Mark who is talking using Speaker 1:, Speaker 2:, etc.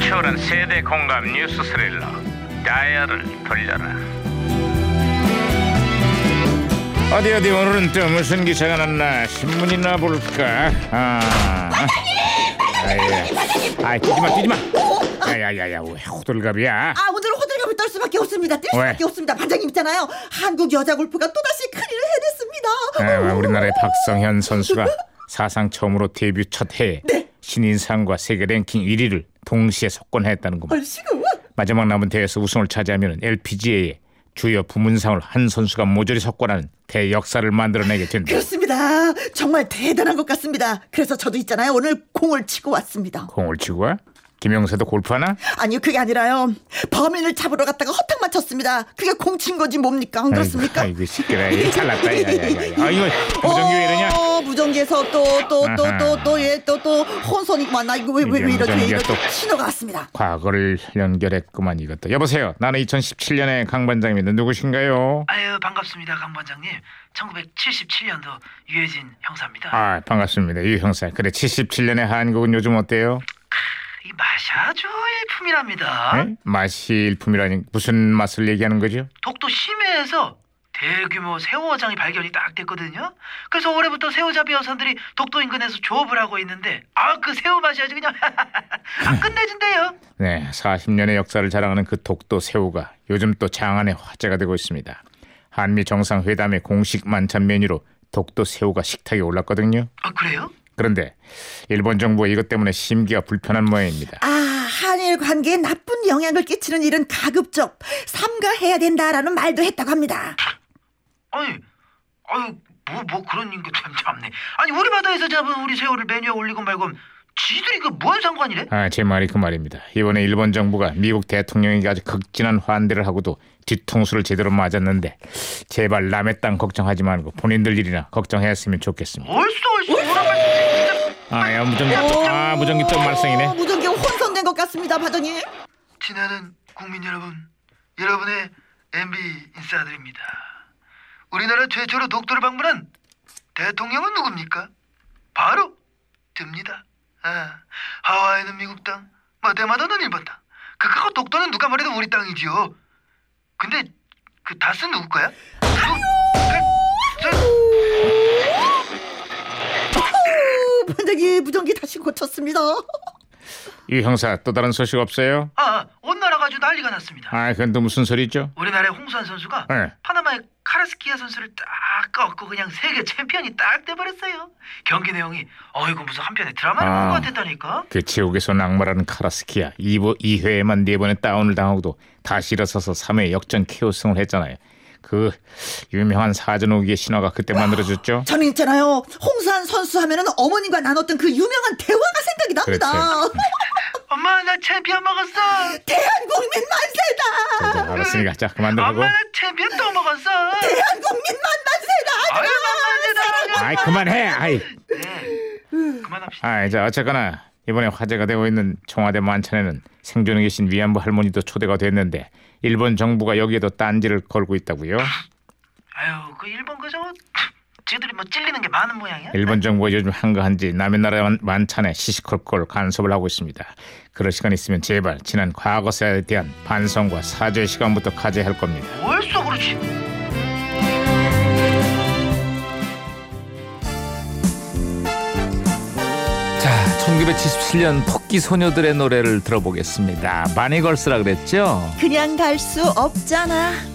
Speaker 1: 치열한 세대 공감 뉴스 스릴러 다이얼을 돌려라 어디 어디 오늘은 또 무슨 기사가 났나 신문이나 볼까 아. 반장님! 반장님! 아이 뛰지마 뛰지마 야야야야 왜 호들갑이야
Speaker 2: 아 오늘은 호들갑을 떨 수밖에 없습니다. 뜰
Speaker 1: 왜?
Speaker 2: 수밖에 없습니다. 반장님 있잖아요. 한국 여자 골프가 또다시 큰일을 해냈습니다.
Speaker 1: 아, 우리나라의 박성현 선수가 사상 처음으로 데뷔 첫 해에
Speaker 2: 네.
Speaker 1: 신인상과 세계 랭킹 1위를 동시에 석권하였다는구만
Speaker 2: 얼씨구.
Speaker 1: 마지막 남은 대회에서 우승을 차지하면 LPGA의 주요 부문상을 한 선수가 모조리 석권하는 대역사를 만들어내게 된다
Speaker 2: 그렇습니다. 정말 대단한 것 같습니다. 그래서 저도 있잖아요. 오늘 공을 치고 왔습니다.
Speaker 1: 공을 치고 와? 김영세도 골프하나?
Speaker 2: 아니요 그게 아니라요. 범인을 잡으러 갔다가 허탕만 쳤습니다. 그게 공 친 거지 뭡니까? 안 그렇습니까?
Speaker 1: 아이고, 아이고 시끄러. 이 잘났다. 야야야야. 아 이거 무전기 왜 이러냐?
Speaker 2: 어, 무전기에서 또 또 또 또
Speaker 1: 아하.
Speaker 2: 또 또 예 또 또 혼선이 뭐, 많나 이거 왜 왜
Speaker 1: 이게
Speaker 2: 이러지 왜
Speaker 1: 무전기가
Speaker 2: 이러지
Speaker 1: 또-
Speaker 2: 신호가 왔습니다.
Speaker 1: 과거를 연결했구만 이것도. 여보세요. 나는 2017년의 강 반장입니다. 누구신가요?
Speaker 3: 아유 반갑습니다 강 반장님 1977년도 유해진 형사입니다
Speaker 1: 아 반갑습니다. 유 형사. 그래 77년의 한국은 요즘 어때요?
Speaker 3: 이 맛이 아주 일품이랍니다
Speaker 1: 네? 맛이 일품이라니 무슨 맛을 얘기하는 거죠?
Speaker 3: 독도 심해에서 대규모 새우어장이 발견이 딱 됐거든요 그래서 올해부터 새우잡이 여선들이 독도 인근에서 조업을 하고 있는데 아 그 새우 맛이 아주 그냥 안 끝내준대요
Speaker 1: 네, 40년의 역사를 자랑하는 그 독도 새우가 요즘 또 장안의 화제가 되고 있습니다. 한미 정상회담의 공식 만찬 메뉴로 독도 새우가 식탁에 올랐거든요.
Speaker 3: 아 그래요?
Speaker 1: 그런데 일본 정부가 이것 때문에 심기가 불편한 모양입니다.
Speaker 2: 아, 한일 관계에 나쁜 영향을 끼치는 일은 가급적 삼가해야 된다라는 말도 했다고 합니다.
Speaker 3: 아니 아유 뭐 뭐 그런 인게 참 참네 아니 우리 바다에서 잡은 우리 새우를 메뉴에 올리고 말고 지들이 그 뭔 상관이래?
Speaker 1: 아, 제 말이 그 말입니다. 이번에 일본 정부가 미국 대통령에게 아주 극진한 환대를 하고도 뒤통수를 제대로 맞았는데 제발 남의 땅 걱정하지 말고 본인들 일이나 걱정했으면 좋겠습니다.
Speaker 3: 얼쑤 얼쑤 뭐라 말씀드리지
Speaker 1: 아, 야, 무전기, 아, 무전기 또 말썽이네.
Speaker 2: 어, 무전기 혼선된 것 같습니다, 바정님.
Speaker 3: 지나는 국민 여러분, 여러분의 MB 인사드립니다. 우리나라 최초로 독도를 방문한 대통령은 누굽니까? 바로 듭니다. 아, 하와이는 미국 땅, 마테마다는 일본 땅. 그까고 독도는 누가 말해도 우리 땅이지요. 근데 그 다스 누구 거야?
Speaker 2: 어후, 반장님 무전기 다시 고쳤습니다.
Speaker 1: 유 형사 또 다른 소식 없어요?
Speaker 3: 아, 아, 온 나라가 아주 난리가 났습니다.
Speaker 1: 아, 그건 또 무슨 소리죠?
Speaker 3: 우리나라의 홍수환 선수가
Speaker 1: 네.
Speaker 3: 파나마의 카라스키아 선수를 딱 꺾고 그냥 세계 챔피언이 딱 돼버렸어요. 경기 내용이 어이구 무슨 한편의 드라마를
Speaker 1: 아.
Speaker 3: 본 것 같았다니까.
Speaker 1: 그 지옥에서 낙마라는 카라스키야 2부, 2회에만 네번의 다운을 당하고도 다시 일어서서 3회 역전 KO승을 했잖아요 그 유명한 사전오기의 신화가 그때 만들어졌죠
Speaker 2: 저는 있잖아요. 홍수한 선수 하면은 어머님과 나눴던 그 유명한 대화가 생각이 납니다.
Speaker 3: 엄마 나 챔피언 먹었어.
Speaker 2: 대한국민 만세다.
Speaker 1: 저도 알았으니까 자 그만들 하고
Speaker 3: 엄마 나 챔피언 또 먹었어.
Speaker 2: 대한국민 만만세다.
Speaker 3: 아유 만만해
Speaker 1: 아이 그만해 아이
Speaker 3: 네. 그만합시다.
Speaker 1: 아이 자 어쨌거나 이번에 화제가 되고 있는 청와대 만찬에는 생존에 계신 위안부 할머니도 초대가 됐는데 일본 정부가 여기에도 딴지를 걸고 있다고요
Speaker 3: 아유 그 일본 그저 쟤들이 뭐 찔리는 게 많은 모양이야.
Speaker 1: 일본 정부가 요즘 한가한지 남의 나라 만- 만찬에 시시콜콜 간섭을 하고 있습니다. 그럴 시간 있으면 제발 지난 과거사에 대한 반성과 사죄 시간부터 가져야 할 겁니다.
Speaker 3: 월수 그렇지.
Speaker 4: 자, 1977년 토끼 소녀들의 노래를 들어보겠습니다. 바니걸스라 그랬죠?
Speaker 2: 그냥 갈 수 없잖아.